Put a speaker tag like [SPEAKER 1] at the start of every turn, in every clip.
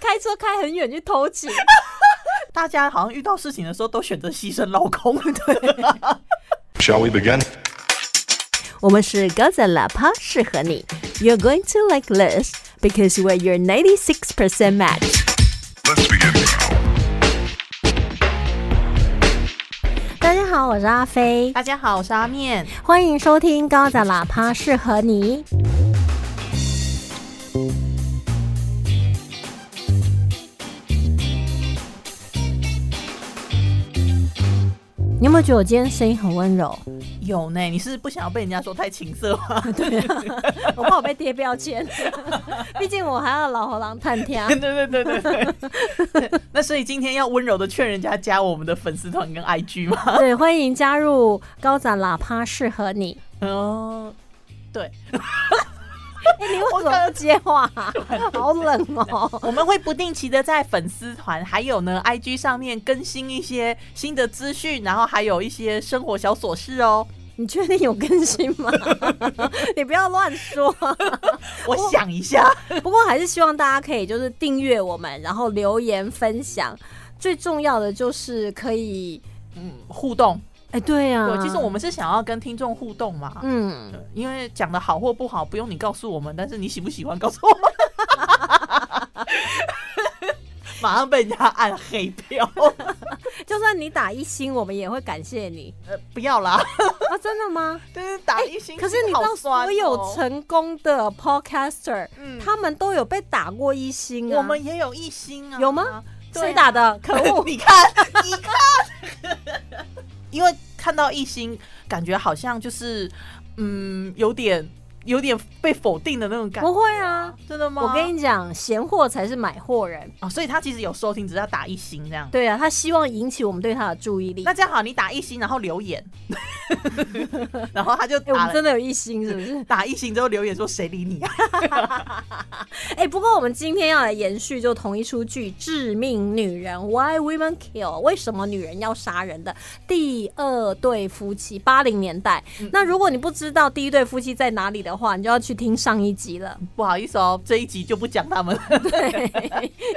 [SPEAKER 1] 开车开很远去偷情，
[SPEAKER 2] 大家好像遇到事情的时候都选择牺牲老公， 对，啊
[SPEAKER 3] Shall we begin?
[SPEAKER 1] 我们是高赞喇叭，适合你。You're going to like this because we're your ninety six percent match。
[SPEAKER 3] Let's begin.
[SPEAKER 1] 大家好，我是阿飞，
[SPEAKER 2] 大家好，我是阿面，
[SPEAKER 1] 欢迎收听高赞喇叭，适合你。你有没有觉得我今天声音很温柔？
[SPEAKER 2] 有呢，你是不想要被人家说太情色吗？
[SPEAKER 1] 对啊， 我怕我被贴标签，毕竟我还要老猴狼探听。
[SPEAKER 2] 对对对对对。那所以今天要温柔的劝人家加我们的粉丝团跟 IG 吗？
[SPEAKER 1] 对，欢迎加入高展喇叭，适合你。
[SPEAKER 2] 哦，对，
[SPEAKER 1] 哎、你为什么不接话、好冷 哦。
[SPEAKER 2] 我们会不定期的在粉丝团还有呢 IG 上面更新一些新的资讯，然后还有一些生活小琐事哦。
[SPEAKER 1] 你确定有更新 吗？你不要乱说。
[SPEAKER 2] 我想一下，
[SPEAKER 1] 不过还是希望大家可以就是订阅我们，然后留言分享。最重要的就是可以，
[SPEAKER 2] 嗯，互动。
[SPEAKER 1] 哎、对啊，
[SPEAKER 2] 对，其实我们是想要跟听众互动嘛。
[SPEAKER 1] 嗯，
[SPEAKER 2] 对呃因为讲的好或不好，不用你告诉我们，但是你喜不喜欢告诉我们。 马上被人家按黑票，
[SPEAKER 1] 就算你打一星，我们也会感谢 你。
[SPEAKER 2] 呃，不要啦！
[SPEAKER 1] 啊，真的吗？
[SPEAKER 2] 但是打一星、
[SPEAKER 1] 哎可是你知道，所有、成功的 podcaster，、
[SPEAKER 2] 哦嗯
[SPEAKER 1] 他们都有被打过一星啊。
[SPEAKER 2] 我们也有一星啊，
[SPEAKER 1] 有吗？
[SPEAKER 2] 对啊！
[SPEAKER 1] 谁打的？可恶
[SPEAKER 2] 你看，你看，因为看到一星，感觉好像就是嗯，有点有点被否定的那种感觉。
[SPEAKER 1] 不会啊，
[SPEAKER 2] 真的吗？
[SPEAKER 1] 我跟你讲，闲货才是买货人。
[SPEAKER 2] 哦，所以他其实有收听，只是他打一星这样。
[SPEAKER 1] 对啊，他希望引起我们对他的注意力。哎
[SPEAKER 2] 那这样好，你打一星，然后留言， 然后他就
[SPEAKER 1] 哎、我
[SPEAKER 2] 打
[SPEAKER 1] 们
[SPEAKER 2] 了、
[SPEAKER 1] 真的有一星是不是？
[SPEAKER 2] 打一星之后留言说谁理你啊？
[SPEAKER 1] 哎、不过我们今天要来延续就同一出剧《致命女人》（Why Women Kill），为什么女人要杀人的第二对夫妻，八零年代。
[SPEAKER 2] 嗯
[SPEAKER 1] 那如果你不知道第一对夫妻在哪里的话，你就要去听上一集了。
[SPEAKER 2] 不好意思哦，这一集就不讲他们 了。
[SPEAKER 1] 对，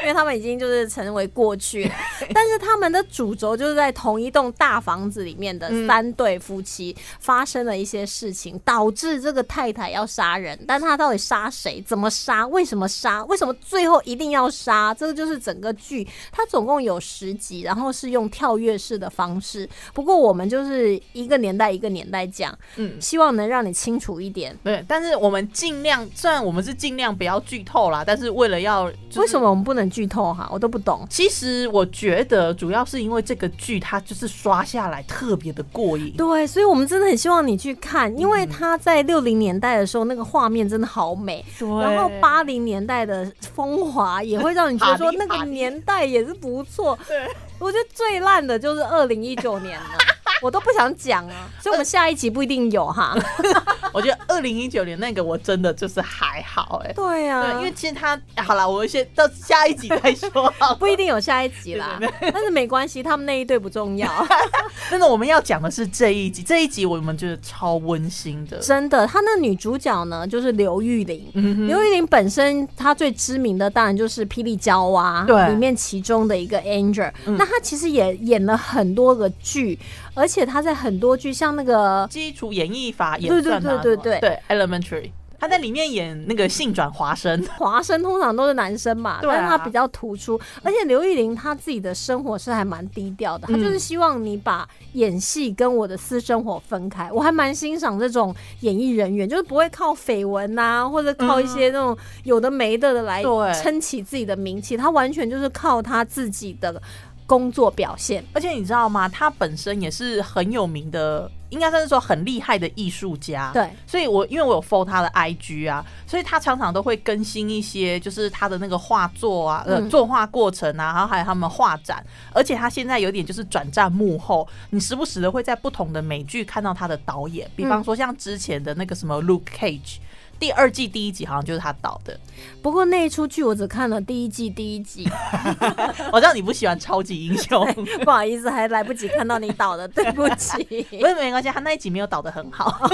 [SPEAKER 1] 因为他们已经就是成为过去了，但是他们的主轴就是在同一栋大房子里面的
[SPEAKER 2] 嗯
[SPEAKER 1] 三对夫妻发生了一些事情，导致这个太太要杀人，但她到底杀谁？怎么杀？为什么杀？为什么最后一定要杀？这个就是整个剧，它总共有十集，然后是用跳跃式的方式。不过我们就是一个年代一个年代讲，
[SPEAKER 2] 嗯，
[SPEAKER 1] 希望能让你清楚一点。
[SPEAKER 2] 对，但是我们尽量，虽然我们是尽量不要剧透啦，但是为了要、就是
[SPEAKER 1] 为什？么我们不能剧透哈？我都不懂。
[SPEAKER 2] 其实我觉得主要是因为这个剧它就是刷下来特别的过瘾。
[SPEAKER 1] 对，所以我们真的很希望你去看，因
[SPEAKER 2] 嗯
[SPEAKER 1] 为他在六零年代的时候，那个画面真的好美。
[SPEAKER 2] 对
[SPEAKER 1] 然后八零年代的风华也会让你觉得说
[SPEAKER 2] 哈利
[SPEAKER 1] 那个
[SPEAKER 2] 哈利
[SPEAKER 1] 年代也是不错。
[SPEAKER 2] 对，
[SPEAKER 1] 我觉得最烂的就是二零一九 年了，我都不想讲啊。所以我们下一集不一定有哈。
[SPEAKER 2] 我觉得二零一九年那个我真的就是还好哎、
[SPEAKER 1] 对啊，
[SPEAKER 2] 对，因为其实他好了，我先到下一集再说 好了。
[SPEAKER 1] 不一定有下一集啦
[SPEAKER 2] 对，
[SPEAKER 1] 但是没关系，他们那一对不重要。
[SPEAKER 2] 但是我们要讲的是这一集，这一集我们觉得超温馨的。
[SPEAKER 1] 真的，他那女主角呢就是刘玉玲，
[SPEAKER 2] 嗯哼，
[SPEAKER 1] 刘玉玲本身她最知名的当然就是《霹雳娇娃》
[SPEAKER 2] 对
[SPEAKER 1] 里面其中的一个 Angel，、
[SPEAKER 2] 嗯
[SPEAKER 1] 那她其实也演了很多个剧，而且她在很多剧像那个。
[SPEAKER 2] 基础演绎法也
[SPEAKER 1] 对对
[SPEAKER 2] 算
[SPEAKER 1] 对
[SPEAKER 2] 啊
[SPEAKER 1] 对
[SPEAKER 2] 什么
[SPEAKER 1] 对
[SPEAKER 2] 对 Elementary，他在里面演那个性转华生，
[SPEAKER 1] 华生通常都是男生嘛，
[SPEAKER 2] 对啊
[SPEAKER 1] 但是她比较突出，而且刘玉玲她自己的生活是还蛮低调
[SPEAKER 2] 嗯
[SPEAKER 1] 的，她就是希望你把演戏跟我的私生活分开。我还蛮欣赏这种演艺人员，就是不会靠绯闻呐，或者靠一些那种
[SPEAKER 2] 嗯
[SPEAKER 1] 有的没的的来
[SPEAKER 2] 对
[SPEAKER 1] 撑起自己的名气，她完全就是靠她自己的工作表现。
[SPEAKER 2] 而且你知道吗？他本身也是很有名的，应该算是说很厉害的艺术家。。
[SPEAKER 1] 对，
[SPEAKER 2] 所以我因为我有 follow 他的 IG 啊，所以他常常都会更新一些，就是他的那个画作啊，呃，
[SPEAKER 1] 嗯
[SPEAKER 2] 作画过程啊，然后还有他们画展，而且他现在有点就是转战幕后，你时不时的会在不同的美剧看到他的导演，比
[SPEAKER 1] 嗯
[SPEAKER 2] 方说像之前的那个什么 Luke Cage。第二季第一集好像就是他导的，
[SPEAKER 1] 不过那一出剧我只看了第一季第一集，
[SPEAKER 2] 我知道你不喜欢超级英雄，
[SPEAKER 1] 不好意思，还来不及看到你导的，对不起。
[SPEAKER 2] 不是没关系，他那一集没有导的很好，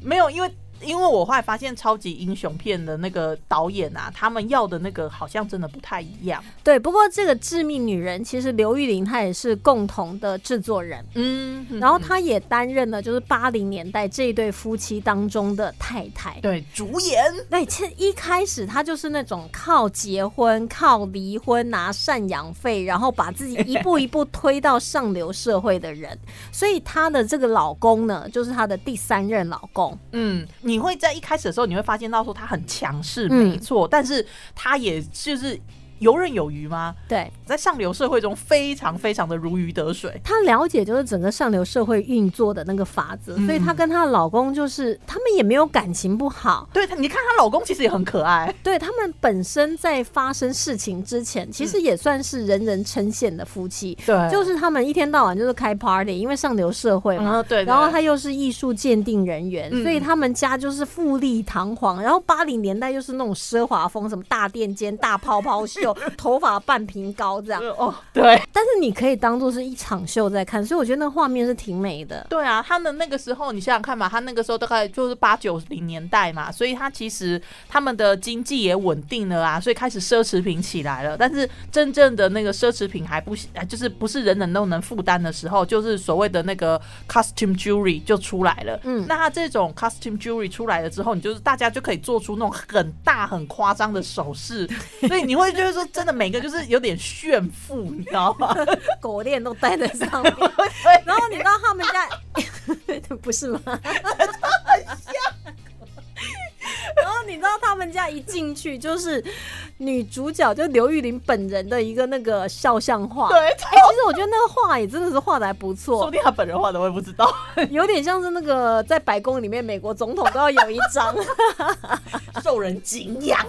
[SPEAKER 2] 没有，因为因为我后来发现超级英雄片的那个导演啊，他们要的那个好像真的不太一样。
[SPEAKER 1] 对，不过这个《致命女人》其实刘玉玲她也是共同的制作人，
[SPEAKER 2] 嗯，嗯
[SPEAKER 1] 然后
[SPEAKER 2] 嗯
[SPEAKER 1] 她也担任了就是八零年代这一对夫妻当中的太太。
[SPEAKER 2] 对主演
[SPEAKER 1] 对，其实一开始她就是那种靠结婚、靠离婚拿赡养费，然后把自己一步一步推到上流社会的人，所以她的这个老公呢，就是她的第三任老公。
[SPEAKER 2] 嗯，你会在一开始的时候，你会发现到说他很强势，
[SPEAKER 1] 嗯
[SPEAKER 2] 没错，但是他也就是游刃有余吗？
[SPEAKER 1] 对
[SPEAKER 2] 在上流社会中非常非常的如鱼得水。
[SPEAKER 1] 她了解就是整个上流社会运作的那个法则，所
[SPEAKER 2] 嗯
[SPEAKER 1] 以她跟她的老公就是他们也没有感情不好，
[SPEAKER 2] 对他，你看她老公其实也很可爱，
[SPEAKER 1] 对他们本身在发生事情之前，其实也算是人人称羡的夫妻。
[SPEAKER 2] 嗯对
[SPEAKER 1] 就是是他们一天到晚就是开 party，因为上流社会嘛。
[SPEAKER 2] 嗯对，对
[SPEAKER 1] 然后他又是艺术鉴定人员，
[SPEAKER 2] 嗯
[SPEAKER 1] 所以他们家就是富丽堂皇。然后八零年代又是那种奢华风，什么大垫肩、大泡泡袖、 头发半平高这样。
[SPEAKER 2] 哦对
[SPEAKER 1] 但是你可以当做是一场秀在看，所以我觉得那画面是挺美的。
[SPEAKER 2] 对啊，他们那个时候你想想看嘛，他那个时候大概就是八九零年代嘛，所以他其实他们的经济也稳定了啊，所以开始奢侈品起来了。但是真正的那个奢侈品还不行，啊就是不是人人都能负担的时候，就是所谓的那个 costume jewelry 就出来了。
[SPEAKER 1] 嗯
[SPEAKER 2] 那他这种 costume jewelry 出来了之后，你就是大家就可以做出那种很大很夸张的首饰，所以你会觉得说，真的每个就是有点炫富，你知道吗？
[SPEAKER 1] 狗链都戴在上 面，然后你知道他们家 不是吗？然后你知道他们家一进去就是女主角，就刘玉玲本人的一个那个肖像画。
[SPEAKER 2] 对，
[SPEAKER 1] 哎、其实我觉得那个画也真的是画的还不
[SPEAKER 2] 说不
[SPEAKER 1] 错，
[SPEAKER 2] 定他本人画的我也不知道。
[SPEAKER 1] 有点像是那个在白宫里面美国总统都要有一张。
[SPEAKER 2] 受人敬仰。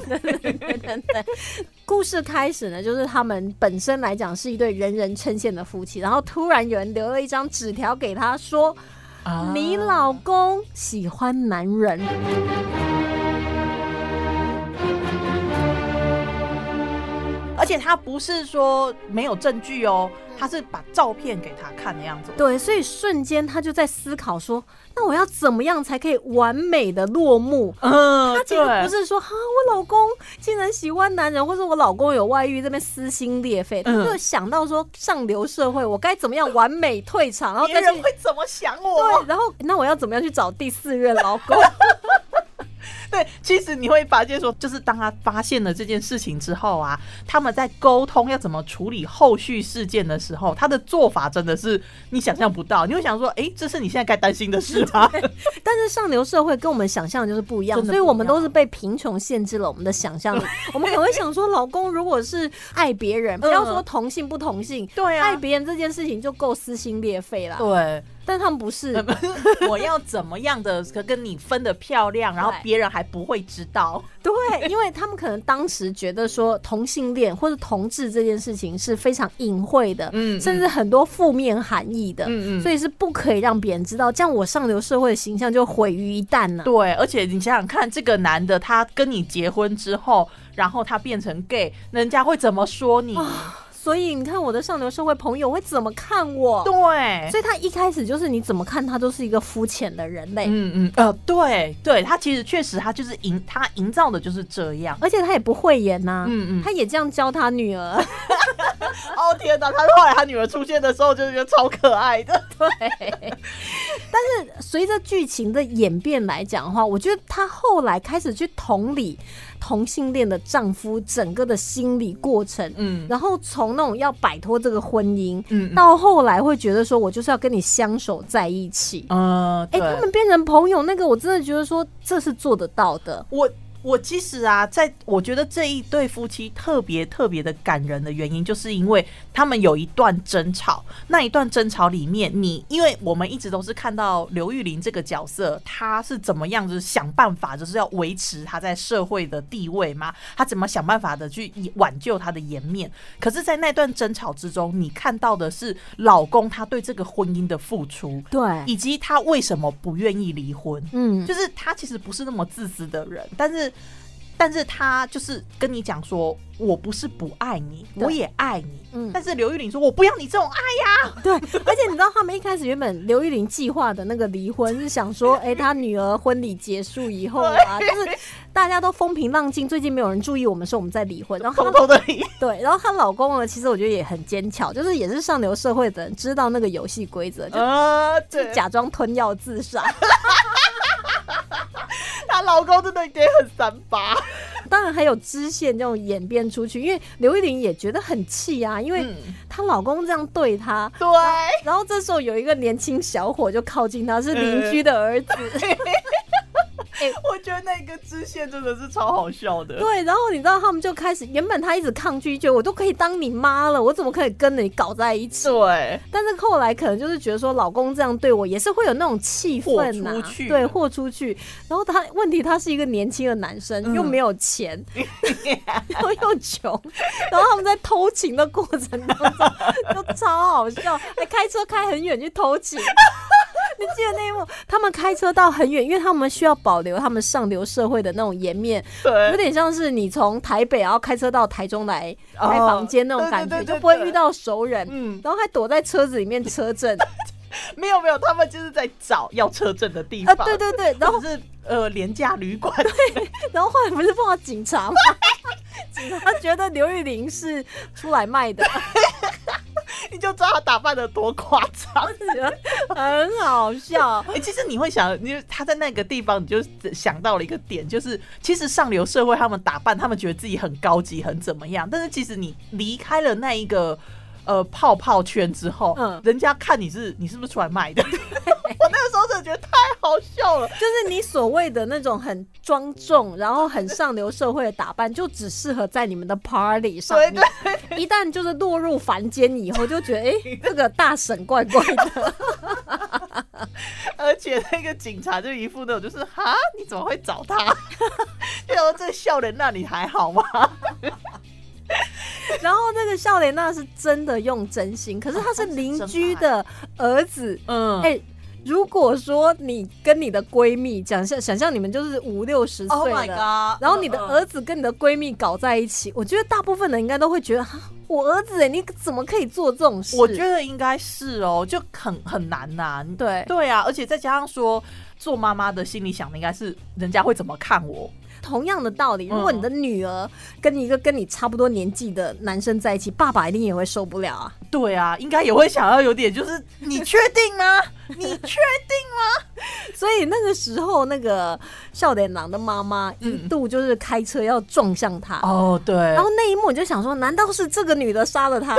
[SPEAKER 1] 故事开始呢，就是他们本身来讲是一对人人称羡的夫妻，然后突然有人留了一张纸条给他说，
[SPEAKER 2] 啊
[SPEAKER 1] 你老公喜欢男人，
[SPEAKER 2] 而且他不是说没有证据哦，他是把照片给他看的样子。
[SPEAKER 1] 对，所以瞬间他就在思考说，那我要怎么样才可以完美的落幕？
[SPEAKER 2] 嗯，
[SPEAKER 1] 他其实不是说哈、我老公竟然喜欢男人，或是我老公有外遇，这边撕心裂肺，他
[SPEAKER 2] 嗯
[SPEAKER 1] 就想到说上流社会我该怎么样完美退场，然后
[SPEAKER 2] 对
[SPEAKER 1] 再
[SPEAKER 2] 别人
[SPEAKER 1] 去。
[SPEAKER 2] 会怎么想我
[SPEAKER 1] 对，？然后那我要怎么样去找第四任老公？
[SPEAKER 2] 对，其实你会发现说，就是当他发现了这件事情之后啊，他们在沟通要怎么处理后续事件的时候，他的做法真的是你想象不到。你会想说，哎，这是你现在该担心的事吗？
[SPEAKER 1] 但是上流社会跟我们想象的就是不一样，
[SPEAKER 2] 真
[SPEAKER 1] 所
[SPEAKER 2] 的不
[SPEAKER 1] 以
[SPEAKER 2] 一样
[SPEAKER 1] 我们都是被贫穷限制了我们的想 象力。我们可能会想说，老公如果是爱别人，不要说同性不同性，
[SPEAKER 2] 嗯对啊
[SPEAKER 1] 爱别人这件事情就够撕心裂肺了。
[SPEAKER 2] 对，嗯
[SPEAKER 1] 但他们不是，
[SPEAKER 2] 我要怎么样的跟你分的漂亮，然后
[SPEAKER 1] 对
[SPEAKER 2] 别人还不会知道。
[SPEAKER 1] 对，因为他们可能当时觉得说同性恋或者同志这件事情是非常隐晦的，
[SPEAKER 2] 嗯嗯
[SPEAKER 1] 甚至很多负面含义的，
[SPEAKER 2] 嗯嗯
[SPEAKER 1] 所以是不可以让别人知道，这样我上流社会的形象就毁于一旦了。
[SPEAKER 2] 对，而且你想想看，这个男的他跟你结婚之后，然后他变成 gay，人家会怎么说你？
[SPEAKER 1] 所以你看我的上流社会朋友会怎么看我？
[SPEAKER 2] 对。
[SPEAKER 1] 所以他一开始就是你怎么看他都是一个肤浅的人类，
[SPEAKER 2] 嗯嗯呃，对对，他其实确实他就是营他营造的就是这样。
[SPEAKER 1] 而且他也不会演呐、
[SPEAKER 2] 嗯嗯
[SPEAKER 1] 他也这样教他女 儿，
[SPEAKER 2] 哦天哪，他后来他女儿出现的时候，就觉得超可爱的。
[SPEAKER 1] 随着剧情的演变来讲的话，我觉得她后来开始去同理同性恋的丈夫整个的心理过程，
[SPEAKER 2] 嗯
[SPEAKER 1] 然后从那种要摆脱这个婚姻，
[SPEAKER 2] 嗯嗯
[SPEAKER 1] 到后来会觉得说我就是要跟你相守在一起。
[SPEAKER 2] 呃，
[SPEAKER 1] 哎、
[SPEAKER 2] 对。
[SPEAKER 1] 他们变成朋友，那个我真的觉得说这是做得到的。
[SPEAKER 2] 我我其实啊，在我觉得这一对夫妻特别特别的感人的原因，就是因为他们有一段争吵，那一段争吵里面，你因为我们一直都是看到刘玉玲这个角色，她是怎么样子想办法，就是要维持她在社会的地位嘛，她怎么想办法的去挽救她的颜面。可是，在那段争吵之中，你看到的是老公他对这个婚姻的付出，
[SPEAKER 1] 对，
[SPEAKER 2] 以及他为什么不愿意离婚。
[SPEAKER 1] 嗯，
[SPEAKER 2] 就是他其实不是那么自私的人，但是但是他就是跟你讲说，我不是不爱你，
[SPEAKER 1] 对
[SPEAKER 2] 我也爱你。
[SPEAKER 1] 嗯
[SPEAKER 2] 但是刘玉玲说，我不要你这种爱呀、
[SPEAKER 1] 对，而且你知道他们一开始原本刘玉玲计划的那个离婚是想说，哎、她女儿婚礼结束以后 啊，就是大家都风平浪静，最近没有人注意我们说我们在离婚，然后
[SPEAKER 2] 偷
[SPEAKER 1] 她
[SPEAKER 2] 偷的离。
[SPEAKER 1] 对，然后她老公呢，其实我觉得也很坚强，就是也是上流社会的人，知道那个游戏规则，就
[SPEAKER 2] 呃，
[SPEAKER 1] 就
[SPEAKER 2] 对，
[SPEAKER 1] 假装吞药自杀。
[SPEAKER 2] 她老公真的也很三八。
[SPEAKER 1] 当然还有支线这种演变出去，因为刘玉玲也觉得很气啊，因为
[SPEAKER 2] 嗯，
[SPEAKER 1] 她老公这样对她。
[SPEAKER 2] 对，
[SPEAKER 1] 然后这时候有一个年轻小伙就靠近她，是
[SPEAKER 2] 呃
[SPEAKER 1] 邻居的儿子。
[SPEAKER 2] 我觉得那个支线真的是超好笑 的。
[SPEAKER 1] 对，然后你知道他们就开始，原本她一直抗拒，觉得我都可以当你妈了，我怎么可以跟你搞在一起？
[SPEAKER 2] 对，
[SPEAKER 1] 但是后来可能就是觉得说，老公这样对我也是会有那种气氛呐、
[SPEAKER 2] 豁出去
[SPEAKER 1] 对，豁出去。然后他问题，他是一个年轻的男生，
[SPEAKER 2] 嗯
[SPEAKER 1] 又没有钱， 然后又穷，然后他们在偷情的过程当中就超好笑，还开车开很远去偷情。 你记得那一幕，他们开车到很远，因为他们需要保留他们上流社会的那种颜面，有
[SPEAKER 2] 对，
[SPEAKER 1] 点像是你从台北然后开车到台中来
[SPEAKER 2] 哦
[SPEAKER 1] 开房间那种
[SPEAKER 2] 对
[SPEAKER 1] 感觉，
[SPEAKER 2] 对对对
[SPEAKER 1] 就不会
[SPEAKER 2] 对
[SPEAKER 1] 遇到熟人，
[SPEAKER 2] 嗯
[SPEAKER 1] 然后还躲在车子里面车 震
[SPEAKER 2] 没有没有，他们就是在找要车证的地
[SPEAKER 1] 啊，
[SPEAKER 2] 方。
[SPEAKER 1] 对对对，然后
[SPEAKER 2] 或者是呃廉价旅馆，
[SPEAKER 1] 然后后来不是碰到警察吗？ 警察觉得刘玉玲是出来卖的，
[SPEAKER 2] 你就知道他打扮的多夸张。
[SPEAKER 1] 很好笑。
[SPEAKER 2] 哎、其实你会想，你就他在那个地方，你就想到了一个点，就是其实上流社会他们打扮，他们觉得自己很高级，很怎么样，但是其实你离开了那一个。呃，泡泡圈之后，
[SPEAKER 1] 嗯
[SPEAKER 2] 人家看你是你是不是出来卖的？ 我那个时候真的觉得太好笑了。
[SPEAKER 1] 就是你所谓的那种很庄重，然后很上流社会的打扮，就只适合在你们的 party 上
[SPEAKER 2] 对
[SPEAKER 1] 面。一旦就是落入凡间以后，就觉得哎、诶这个大婶怪怪的。
[SPEAKER 2] 而且那个警察就一副那种，就是哈，你怎么会找他？ 就说这笑脸，那你还好吗？
[SPEAKER 1] 然后那个笑莲娜是真的用真心，可是
[SPEAKER 2] 哦
[SPEAKER 1] 她是邻居的儿子，
[SPEAKER 2] 嗯
[SPEAKER 1] 哎、如果说你跟你的闺蜜，想象想象你们就是五六十
[SPEAKER 2] ，Oh
[SPEAKER 1] 岁
[SPEAKER 2] my
[SPEAKER 1] 了
[SPEAKER 2] god！
[SPEAKER 1] 然后你的
[SPEAKER 2] 嗯嗯
[SPEAKER 1] 儿子跟你的闺蜜搞在一起，我觉得大部分人应该都会觉得，哈，我儿子哎，你怎么可以做这种事？
[SPEAKER 2] 我觉得应该是哦，就很很难呐、
[SPEAKER 1] 对
[SPEAKER 2] 对啊，而且再加上说，做妈妈的心里想的应该是人家会怎么看我。
[SPEAKER 1] 同样的道理，
[SPEAKER 2] 嗯
[SPEAKER 1] 如果你的女儿跟一个跟你差不多年纪的男生在一起，爸爸一定也会受不了啊。
[SPEAKER 2] 对啊，应该也会想要有点，就是 你确定 吗？你确
[SPEAKER 1] 所以那个时候，那个笑脸狼的妈妈一
[SPEAKER 2] 嗯
[SPEAKER 1] 度就是开车要撞向他。
[SPEAKER 2] 哦，对，
[SPEAKER 1] 然后那一幕我就想说，难道是这个女的杀 了他？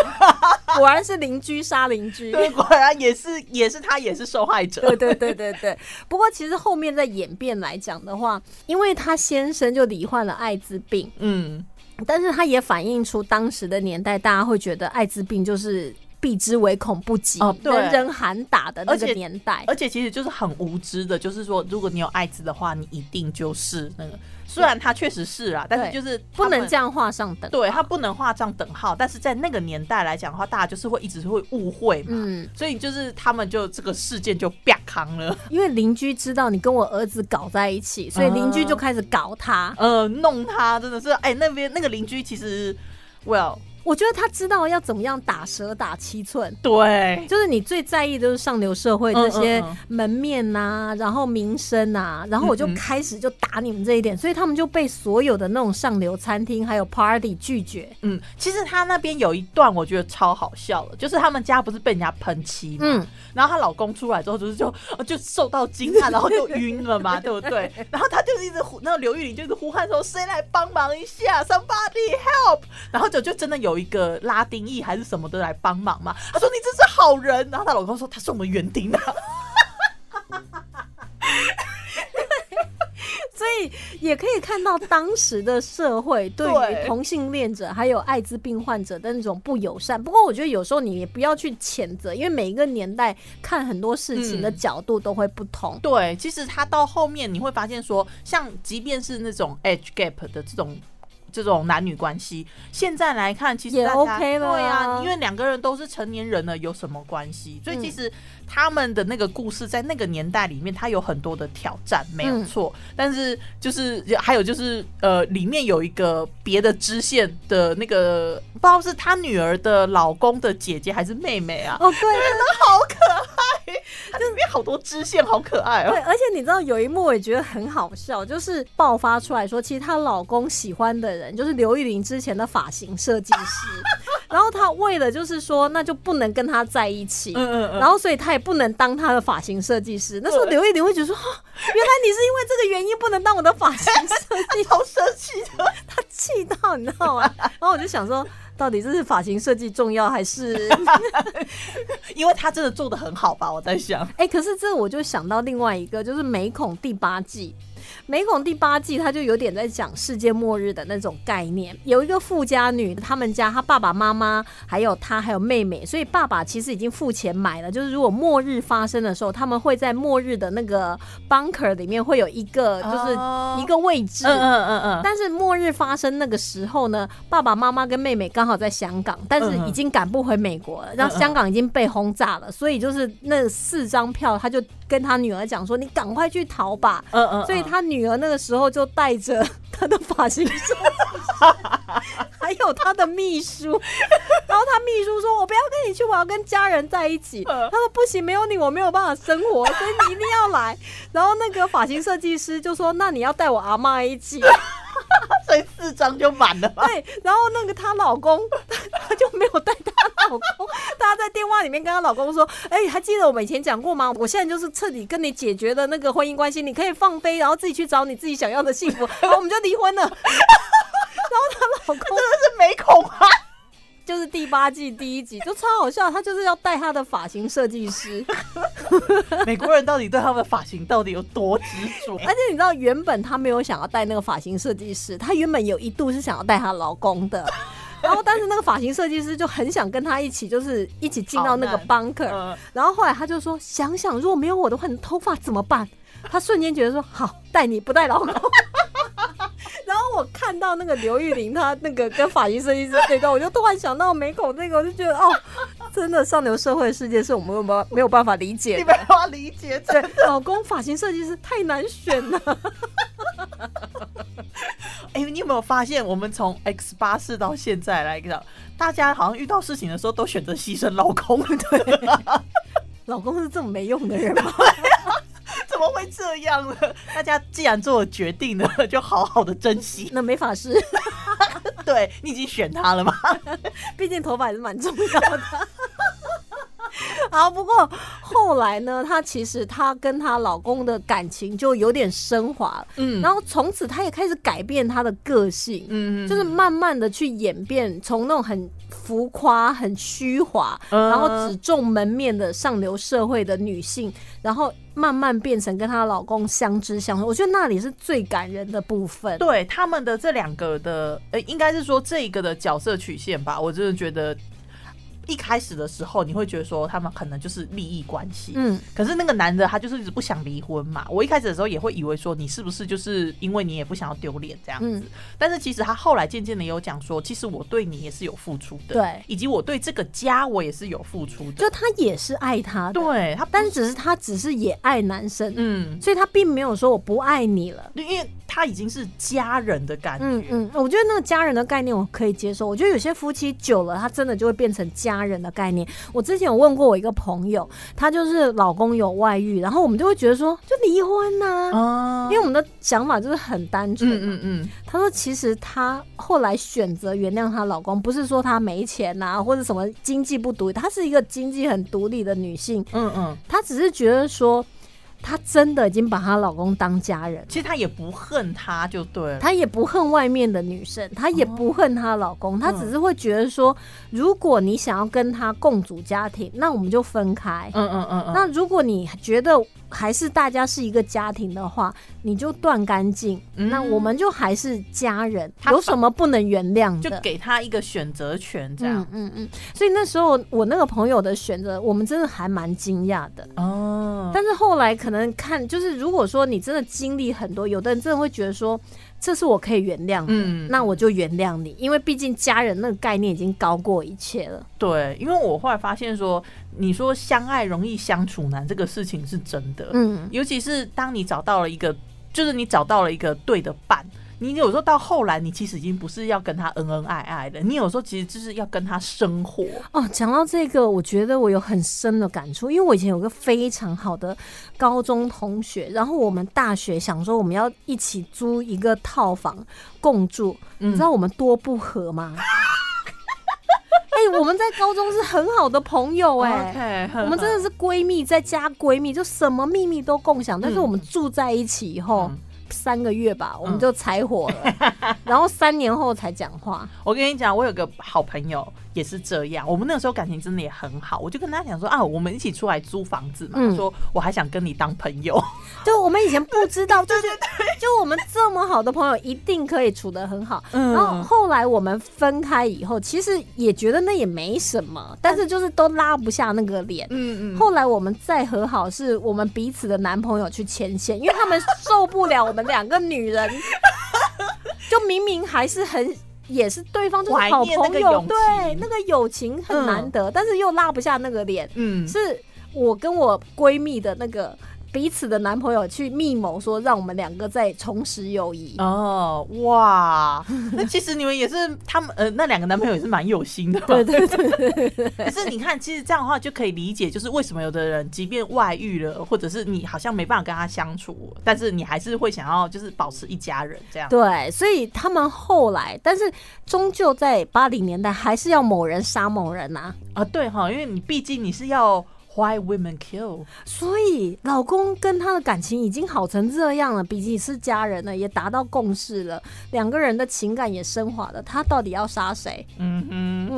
[SPEAKER 1] 果然是邻居杀邻居。
[SPEAKER 2] 对，果然也是，也是他也是受害者。
[SPEAKER 1] 对对对对对。不过其实后面在演变来讲的话，因为她先生就罹患了艾滋病，
[SPEAKER 2] 嗯，
[SPEAKER 1] 但是她也反映出当时的年代，大家会觉得艾滋病就是避之唯恐不及，
[SPEAKER 2] 哦对
[SPEAKER 1] 人人喊打的那
[SPEAKER 2] 而
[SPEAKER 1] 个
[SPEAKER 2] 且
[SPEAKER 1] 年代。
[SPEAKER 2] 而且其实就是很无知的，就是说，如果你有艾滋的话，你一定就是那个。虽然他确实是啊，但是就是
[SPEAKER 1] 不能
[SPEAKER 2] 这样。
[SPEAKER 1] 这样画上等。
[SPEAKER 2] 对他不能画上等号，但是在那个年代来讲的话，大家就是会一直会误会嘛，
[SPEAKER 1] 嗯
[SPEAKER 2] 所以就是他们就这个事件就啪康了，
[SPEAKER 1] 因为邻居知道你跟我儿子搞在一起，所以邻
[SPEAKER 2] 嗯
[SPEAKER 1] 居就开始搞他。
[SPEAKER 2] 呃，弄他真的是，哎、那边那个邻居其实，well，
[SPEAKER 1] 我觉得他知道要怎么样打蛇打七寸，
[SPEAKER 2] 对，
[SPEAKER 1] 就是你最在意的就是上流社会这些
[SPEAKER 2] 嗯嗯嗯
[SPEAKER 1] 门面呐、然后名声呐、然后我就
[SPEAKER 2] 嗯嗯
[SPEAKER 1] 开始就打你们这一点，所以他们就被所有的那种上流餐厅还有 party 拒绝。
[SPEAKER 2] 嗯，其实他那边有一段我觉得超好笑的，就是他们家不是被人家喷漆嘛，
[SPEAKER 1] 嗯，
[SPEAKER 2] 然后她老公出来之后，就是就呃就受到惊讶，然后就晕了嘛，对不对？然后她就一直呼，那个刘玉玲就一直呼喊说：“谁来帮忙一下？Somebody help！” 然后就就真的有一个拉丁裔还是什么的来帮忙嘛。她说：“你真是好人。”然后她老公说：“他是我们园丁的。
[SPEAKER 1] 所以也可以看到当时的社会对于
[SPEAKER 2] 对
[SPEAKER 1] 同性恋者还有艾滋病患者的那种不友善。不过我觉得有时候你也不要去谴责，因为每一个年代看很多事情的
[SPEAKER 2] 嗯
[SPEAKER 1] 角度都会不同”。
[SPEAKER 2] 对，其实她到后面你会发现说，像即便是那种 age gap 的这种。这种男女关系。现在来看，其实
[SPEAKER 1] 也
[SPEAKER 2] 大家
[SPEAKER 1] OK 了啊
[SPEAKER 2] 对啊，因为两个人都是成年人了，有什么关系？所以其
[SPEAKER 1] 嗯
[SPEAKER 2] 实他们的那个故事在那个年代里面，它有很多的挑战，没有
[SPEAKER 1] 嗯
[SPEAKER 2] 错。但是就是还有就是呃，里面有一个别的支线的那个，不知道是他女儿的老公的姐姐还是妹妹 啊，
[SPEAKER 1] 哦，对，
[SPEAKER 2] 好可爱，它里面好多支线，好可爱哦
[SPEAKER 1] 对，。而且你知道有一幕我也觉得很好笑，就是爆发出来说，其实她老公喜欢的人就是刘玉玲之前的发型设计 师，然后她为了就是说那就不能跟他在一起。
[SPEAKER 2] 嗯嗯嗯
[SPEAKER 1] 然后，所以她也不能当她的发型设计师。那时候刘玉玲会觉得说，啊 原来你是因为这个原因不能当我的 发型设计师，
[SPEAKER 2] 好生气的。
[SPEAKER 1] 她气到你知道吗？然后我就想说， 到底这是发型设计重要还是
[SPEAKER 2] 因为他真的做的很好吧，我在想。
[SPEAKER 1] 哎、可是这我就想到另外一个，就是美恐第八季。美恐第八季，它就有点在讲世界末日的那种概念。有一个富家女，他们家她爸爸妈妈还有她还有妹妹，所以爸爸其实已经付钱买了。就是如果末日发生的时候，他们会在末日的那个 bunker 里面会有一个
[SPEAKER 2] 哦
[SPEAKER 1] 就是一个位置。
[SPEAKER 2] 嗯嗯
[SPEAKER 1] 但是末日发生那个时候呢，爸爸妈妈跟妹妹刚好在香港，但
[SPEAKER 2] 嗯
[SPEAKER 1] 是已经赶不回美国了，然后香港已经被轰炸了，所以就是那四张票，他就跟他女儿讲说：“你赶快去逃吧。”
[SPEAKER 2] 嗯嗯
[SPEAKER 1] 所以他女儿那个时候就带着 他的发型 师，还有他的秘书，然后他秘书说：“我不要跟你去，我要跟家人在一起。”
[SPEAKER 2] 嗯
[SPEAKER 1] 他说：“不行，没有你我没有办法生活，所以你一定要来。”然后那个发型设计师就说：“那你要带我阿妈一起。”
[SPEAKER 2] 所以四张就满了 吧。
[SPEAKER 1] 对，然后那个她老公，她就没有带她老公，她在电话里面跟她老公说：“哎、还记得我们以前讲过吗？我现在就是彻底跟你解决的那个婚姻关系，你可以放飞，然后自己去找你自己想要的幸福，然后我们就离婚了。”然 后她老公
[SPEAKER 2] 这是没啊恐怕。
[SPEAKER 1] 就是第八季第一集就超好笑，她就是要带她的发型设计师，
[SPEAKER 2] 美国人到底对他们的发型到底有多执着？
[SPEAKER 1] 而且你知道原本她没有想要带那个发型设计师，她原本有一度是想要带她老公的。然后，但是那个发型设计师就很想跟她一起，就是一起进到那个
[SPEAKER 2] 逃
[SPEAKER 1] bunker，
[SPEAKER 2] 嗯
[SPEAKER 1] 然后后来他就说：“想想如果没有我的话，你头发怎么办？”他瞬间觉得说：“好，带你不带老公。” 然后我看到那个刘玉玲，她那个跟发型设计师对照，我就突然想到美口那个，我就觉得哦，真的上流社会的世界是我们没有办没有办法理
[SPEAKER 2] 你
[SPEAKER 1] 解的。
[SPEAKER 2] 们要理解这
[SPEAKER 1] 对，老公发型设计师太难选了。
[SPEAKER 2] 哎、你有没有发现，我们从 X 八四到现在来讲，大家好像遇到事情的时候都选择牺牲老 公，对，啊
[SPEAKER 1] 老公是这么没用的人 吗？
[SPEAKER 2] 怎么会这样呢？大家既然做了决定了，就好好的珍惜。
[SPEAKER 1] 那没法是，
[SPEAKER 2] 对你已经选他了嘛？
[SPEAKER 1] 毕竟头发还是蛮重要的。 好，不过后来呢，她其实她跟她老公的感情就有点升华了，
[SPEAKER 2] 嗯
[SPEAKER 1] 然后从此她也开始改变她的个性，
[SPEAKER 2] 嗯
[SPEAKER 1] 就是慢慢的去演变，从那种很浮夸、很虚华，
[SPEAKER 2] 嗯
[SPEAKER 1] 然后只重门面的上流社会的女性，然后慢慢变成跟她老公相知相守。我觉得那里是最感人的部分。
[SPEAKER 2] 对他们的这两个的，呃，应该是说这一个的角色曲线吧。我真的觉得一开始的时候，你会觉得说他们可能就是利益关系。
[SPEAKER 1] 嗯，
[SPEAKER 2] 可是那个男的他就是一直不想离婚嘛，我一开始的时候也会以为说你是不是就是因为你也不想要丢脸这样子，
[SPEAKER 1] 嗯
[SPEAKER 2] 但是其实他后来渐渐的有讲说，其实我对你也是有付出的，
[SPEAKER 1] 对
[SPEAKER 2] 以及我对这个家我也是有付出的，
[SPEAKER 1] 就她也是爱他的，
[SPEAKER 2] 对他不，
[SPEAKER 1] 但是只是她只是也爱男生，
[SPEAKER 2] 嗯，
[SPEAKER 1] 所以她并没有说我不爱你了。
[SPEAKER 2] 因为他已经是家人的感觉，
[SPEAKER 1] 嗯嗯，我觉得那个家人的概念我可以接受。我觉得有些夫妻久了，他真的就会变成家人的概念。我之前有问过我一个朋友，她就是老公有外遇，然后我们就会觉得说就离婚呐、
[SPEAKER 2] 啊
[SPEAKER 1] 嗯因为我们的想法就是很单纯。
[SPEAKER 2] 嗯嗯嗯，
[SPEAKER 1] 她说其实她后来选择原谅她老公，不是说她没钱呐、或者什么经济不独立，她是一个经济很独立的女性，
[SPEAKER 2] 嗯嗯，
[SPEAKER 1] 她只是觉得说她真的已经把她老公当家人。
[SPEAKER 2] 其实他也不恨他就对了。
[SPEAKER 1] 她也不恨外面的女生，她也不恨她老
[SPEAKER 2] 哦
[SPEAKER 1] 公，她只是会觉得说，如果你想要跟他共组家庭，那我们就分开。
[SPEAKER 2] 嗯嗯嗯嗯
[SPEAKER 1] 那如果你觉得还是大家是一个家庭的话，你就断干净，
[SPEAKER 2] 嗯
[SPEAKER 1] 那我们就还是家人，
[SPEAKER 2] 她
[SPEAKER 1] 有什么不能原谅
[SPEAKER 2] 就
[SPEAKER 1] 的？
[SPEAKER 2] 给他一个选择权，
[SPEAKER 1] 嗯
[SPEAKER 2] 这样。
[SPEAKER 1] 嗯嗯，所以那时候我那个朋友的选择，我们真的还蛮惊讶的。
[SPEAKER 2] 哦，
[SPEAKER 1] 但是后来可能看，就是如果说你真的经历很多，有的人真的会觉得说，这是我可以原谅的，
[SPEAKER 2] 嗯
[SPEAKER 1] 那我就原谅你，因为毕竟家人那个概念已经高过一切了。
[SPEAKER 2] 对，因为我后来发现说，你说相爱容易相处难这个事情是真的，
[SPEAKER 1] 嗯，
[SPEAKER 2] 尤其是当你找到了一个，就是你找到了一个对的伴，你有时候到后来，你其实已经不是要跟他恩恩爱爱的，你有时候其实就是要跟他生活。
[SPEAKER 1] 哦，讲到这个，我觉得我有很深的感触，因为我以前有个非常好的高中同学，然后我们大学想说我们要一起租一个套房共住，你知道我们多不合吗？哎、我们在高中是很好的朋友哎、
[SPEAKER 2] OK，
[SPEAKER 1] 我们真的是闺蜜再加闺蜜，就什么秘密都共享。但是我们住在一起以后、
[SPEAKER 2] 嗯
[SPEAKER 1] 三个月吧，我们就拆伙了， 然后三年后才讲话。
[SPEAKER 2] 我跟你讲，我有个好朋友也是这样，我们那个时候感情真的也很好，我就跟他讲说啊，我们一起出来租房子嘛，
[SPEAKER 1] 嗯
[SPEAKER 2] 他说我还想跟你当朋友，
[SPEAKER 1] 就我们以前不知 道，就是 就我们这么好的朋友，一定可以处得很好。
[SPEAKER 2] 嗯
[SPEAKER 1] 然后后来我们分开以后，其实也觉得那也没什么，但是就是都拉不下那个脸。
[SPEAKER 2] 嗯嗯，
[SPEAKER 1] 后来我们再和好，是我们彼此的男朋友去牵线，因为他们受不了我们两个女人，就明明还是很。也是对方就是好朋
[SPEAKER 2] 怀念那个
[SPEAKER 1] 友
[SPEAKER 2] 友，情
[SPEAKER 1] 对那个友情很难得，但是又拉不下那个脸。
[SPEAKER 2] 嗯，
[SPEAKER 1] 是我跟我闺蜜的那个彼此的男朋友去密谋，说让我们两个再重拾友谊。
[SPEAKER 2] 哦，哇，那其实你们也是他们呃，那两个男朋友也是蛮有心的， 对对对。可是你看，其实这样的话就可以理解，就是为什么有的人即便外遇了，或者是你好像没办法跟他相处，但是你还是会想要就是保持一家人这样。
[SPEAKER 1] 对，所以他们后来，但是终究在八零年代，还是要某人杀某人啊。
[SPEAKER 2] 啊，对哈，因为你毕竟你是要 why women kill，
[SPEAKER 1] 所以老公跟她的感情已经好成这样了，毕竟是家人了，也达到共识了，两个人的情感也升华了。他到底要杀谁？
[SPEAKER 2] 嗯哼，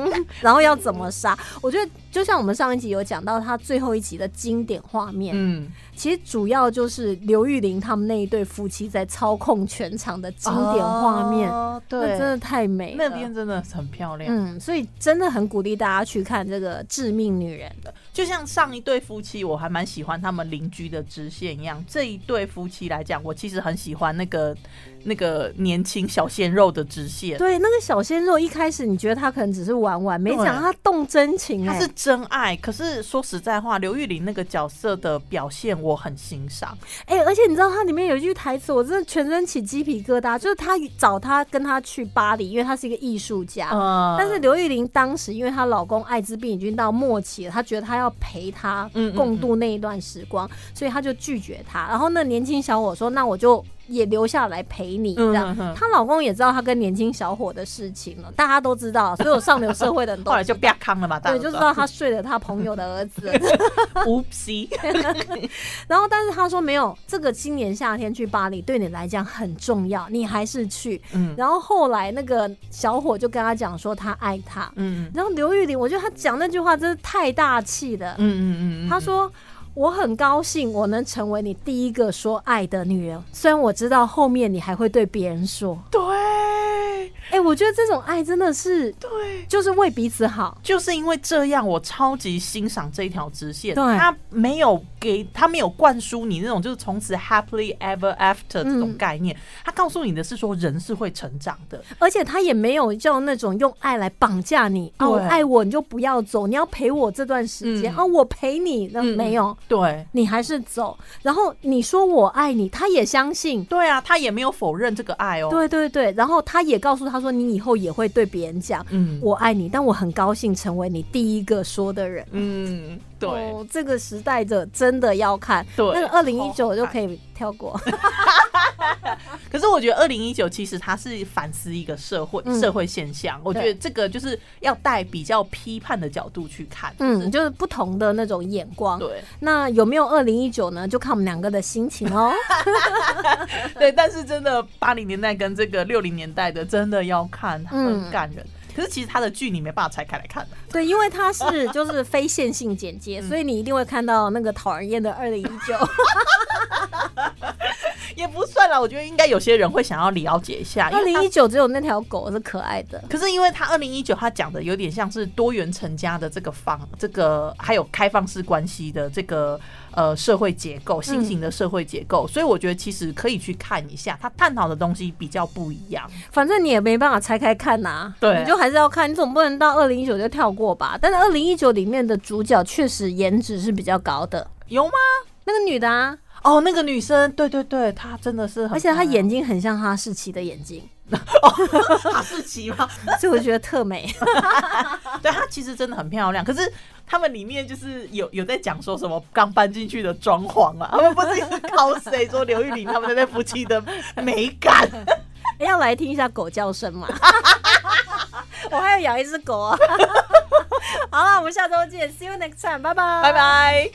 [SPEAKER 1] 嗯哼， 然后要怎么杀？我觉得就像我们上一集有讲到他最后一集的经典画面，
[SPEAKER 2] 嗯，
[SPEAKER 1] 其实主要就是刘玉玲他们那一对夫妻在操控全场的经典画面，
[SPEAKER 2] 哦、
[SPEAKER 1] 那
[SPEAKER 2] 对，
[SPEAKER 1] 真的太美了。
[SPEAKER 2] 那边真的很漂亮。
[SPEAKER 1] 嗯，所以真的很鼓励大家去看这个《致命女人》的。
[SPEAKER 2] 就像上一对夫妻，我还蛮喜欢他们邻居的支线一样。这一对夫妻来讲，我其实很喜欢那个那个年轻小鲜肉的支线，
[SPEAKER 1] 对，那个小鲜肉一开始你觉得他可能只是玩玩，没
[SPEAKER 2] 对
[SPEAKER 1] 想到他动真情、
[SPEAKER 2] 他
[SPEAKER 1] 哎，
[SPEAKER 2] 是真爱。可是说实在话，刘玉玲那个角色的表现我很欣赏。
[SPEAKER 1] 哎、而且你知道它里面有一句台词，我真的全身起鸡皮疙瘩，就是他找他跟他去巴黎，因为他是一个艺术家。
[SPEAKER 2] 嗯
[SPEAKER 1] 啊但是刘玉玲当时因为她老公艾滋病已经到末期了，她觉得她要陪他
[SPEAKER 2] 嗯嗯嗯
[SPEAKER 1] 共度那一段时光，所以她就拒绝他。然后那年轻小伙说：“那我就也留下来陪你。”这样
[SPEAKER 2] 嗯，嗯嗯
[SPEAKER 1] 她、老公也知道她跟年轻小伙的事情了，大家都知道，所有上流社会的人都
[SPEAKER 2] 后来就不要康了嘛，大家
[SPEAKER 1] 对，
[SPEAKER 2] 都
[SPEAKER 1] 就知
[SPEAKER 2] 知
[SPEAKER 1] 道
[SPEAKER 2] 道。
[SPEAKER 1] 她睡了她朋友的儿子。
[SPEAKER 2] Oopsie，
[SPEAKER 1] 然后，但是她说没有，这个今年夏天去巴黎对你来讲很重要，你还是去。
[SPEAKER 2] 嗯
[SPEAKER 1] 然后后来那个小伙就跟她讲说他爱她，
[SPEAKER 2] 嗯嗯
[SPEAKER 1] 然后刘玉玲，我觉得她讲那句话真是太大气了。
[SPEAKER 2] 嗯嗯嗯，
[SPEAKER 1] 她说：“我很高兴我能成为你第一个说爱的女人，虽然我知道后面你还会对别人说。
[SPEAKER 2] 对”
[SPEAKER 1] 哎，我觉得这种爱真的是
[SPEAKER 2] 对。
[SPEAKER 1] 就是为彼此好。
[SPEAKER 2] 就是因为这样，我超级欣赏这一条支线。
[SPEAKER 1] 对
[SPEAKER 2] 他没有给他没有灌输你那种就是从此 happily ever after 这种概
[SPEAKER 1] 嗯
[SPEAKER 2] 念，他告诉你的是说人是会成长的。
[SPEAKER 1] 而且她也没有叫那种用爱来绑架你，哦，
[SPEAKER 2] 对
[SPEAKER 1] 爱我你就不要走，你要陪我这段时间，
[SPEAKER 2] 嗯
[SPEAKER 1] 啊，我陪你，那
[SPEAKER 2] 嗯
[SPEAKER 1] 没有，
[SPEAKER 2] 对
[SPEAKER 1] 你还是走。然后你说我爱你，她也相信，
[SPEAKER 2] 对啊，他也没有否认这个爱哦。，
[SPEAKER 1] 对对对，然后他也告诉他说，你以后也会对别人讲，
[SPEAKER 2] 嗯
[SPEAKER 1] 我爱你，但我很高兴成为你第一个说的人。
[SPEAKER 2] 嗯，对。
[SPEAKER 1] 哦，这个时代的真的要看，
[SPEAKER 2] 对
[SPEAKER 1] 那个二零一
[SPEAKER 2] 好
[SPEAKER 1] 九
[SPEAKER 2] 好
[SPEAKER 1] 就可以跳 过。
[SPEAKER 2] 可是我觉得二零一九其实它是反思一个社会、
[SPEAKER 1] 嗯
[SPEAKER 2] 社会现象，我觉
[SPEAKER 1] 对
[SPEAKER 2] 得这个就是要带比较批判的角度去看。
[SPEAKER 1] 嗯，就是不同的那种眼光。
[SPEAKER 2] 对
[SPEAKER 1] 那有没有二零一九呢？就看我们两个的心情哦。
[SPEAKER 2] 对，但是真的八零年代跟这个六零年代的真的要看，很感人。
[SPEAKER 1] 嗯
[SPEAKER 2] 可是其实他的剧你没办法拆开来看的，
[SPEAKER 1] 对，因为它是就是非线性剪接，所以你一定会看到那个讨人厌的二零一九。
[SPEAKER 2] 也不算啦。我觉得应该有些人会想要了解一下，因
[SPEAKER 1] 二
[SPEAKER 2] 为他
[SPEAKER 1] 零一九只有那条狗是可爱的，
[SPEAKER 2] 可是因为他二零一九，他讲的有点像是多元成家的这个方，这个还有开放式关系的这个呃社会结
[SPEAKER 1] 嗯
[SPEAKER 2] 构，新型的社会结构，所以我觉得其实可以去看一下，他探讨的东西比较不一样。
[SPEAKER 1] 反正你也没办法拆开看呐、
[SPEAKER 2] 对
[SPEAKER 1] 你就还是要看，你总不能到二零一九就跳过吧？但是二零一九里面的主角确实颜值是比较高的，
[SPEAKER 2] 有吗？
[SPEAKER 1] 那个女的啊，
[SPEAKER 2] 哦，那个女生，对对对，她真的是很，
[SPEAKER 1] 而且她 眼睛很像哈士奇的眼睛，
[SPEAKER 2] 哈士奇吗？
[SPEAKER 1] 所以我觉得特美。
[SPEAKER 2] 对，她其实真的很漂亮。可是他们里面就是有有在讲说什么刚搬进去的装潢啊，他们不是 一直 cos 谁说刘玉玲他们那对夫妻的美感。
[SPEAKER 1] 要来听一下狗叫声嘛？我还有养一只狗啊。好了，我们下周见，See you next time，拜拜，
[SPEAKER 2] 拜。拜。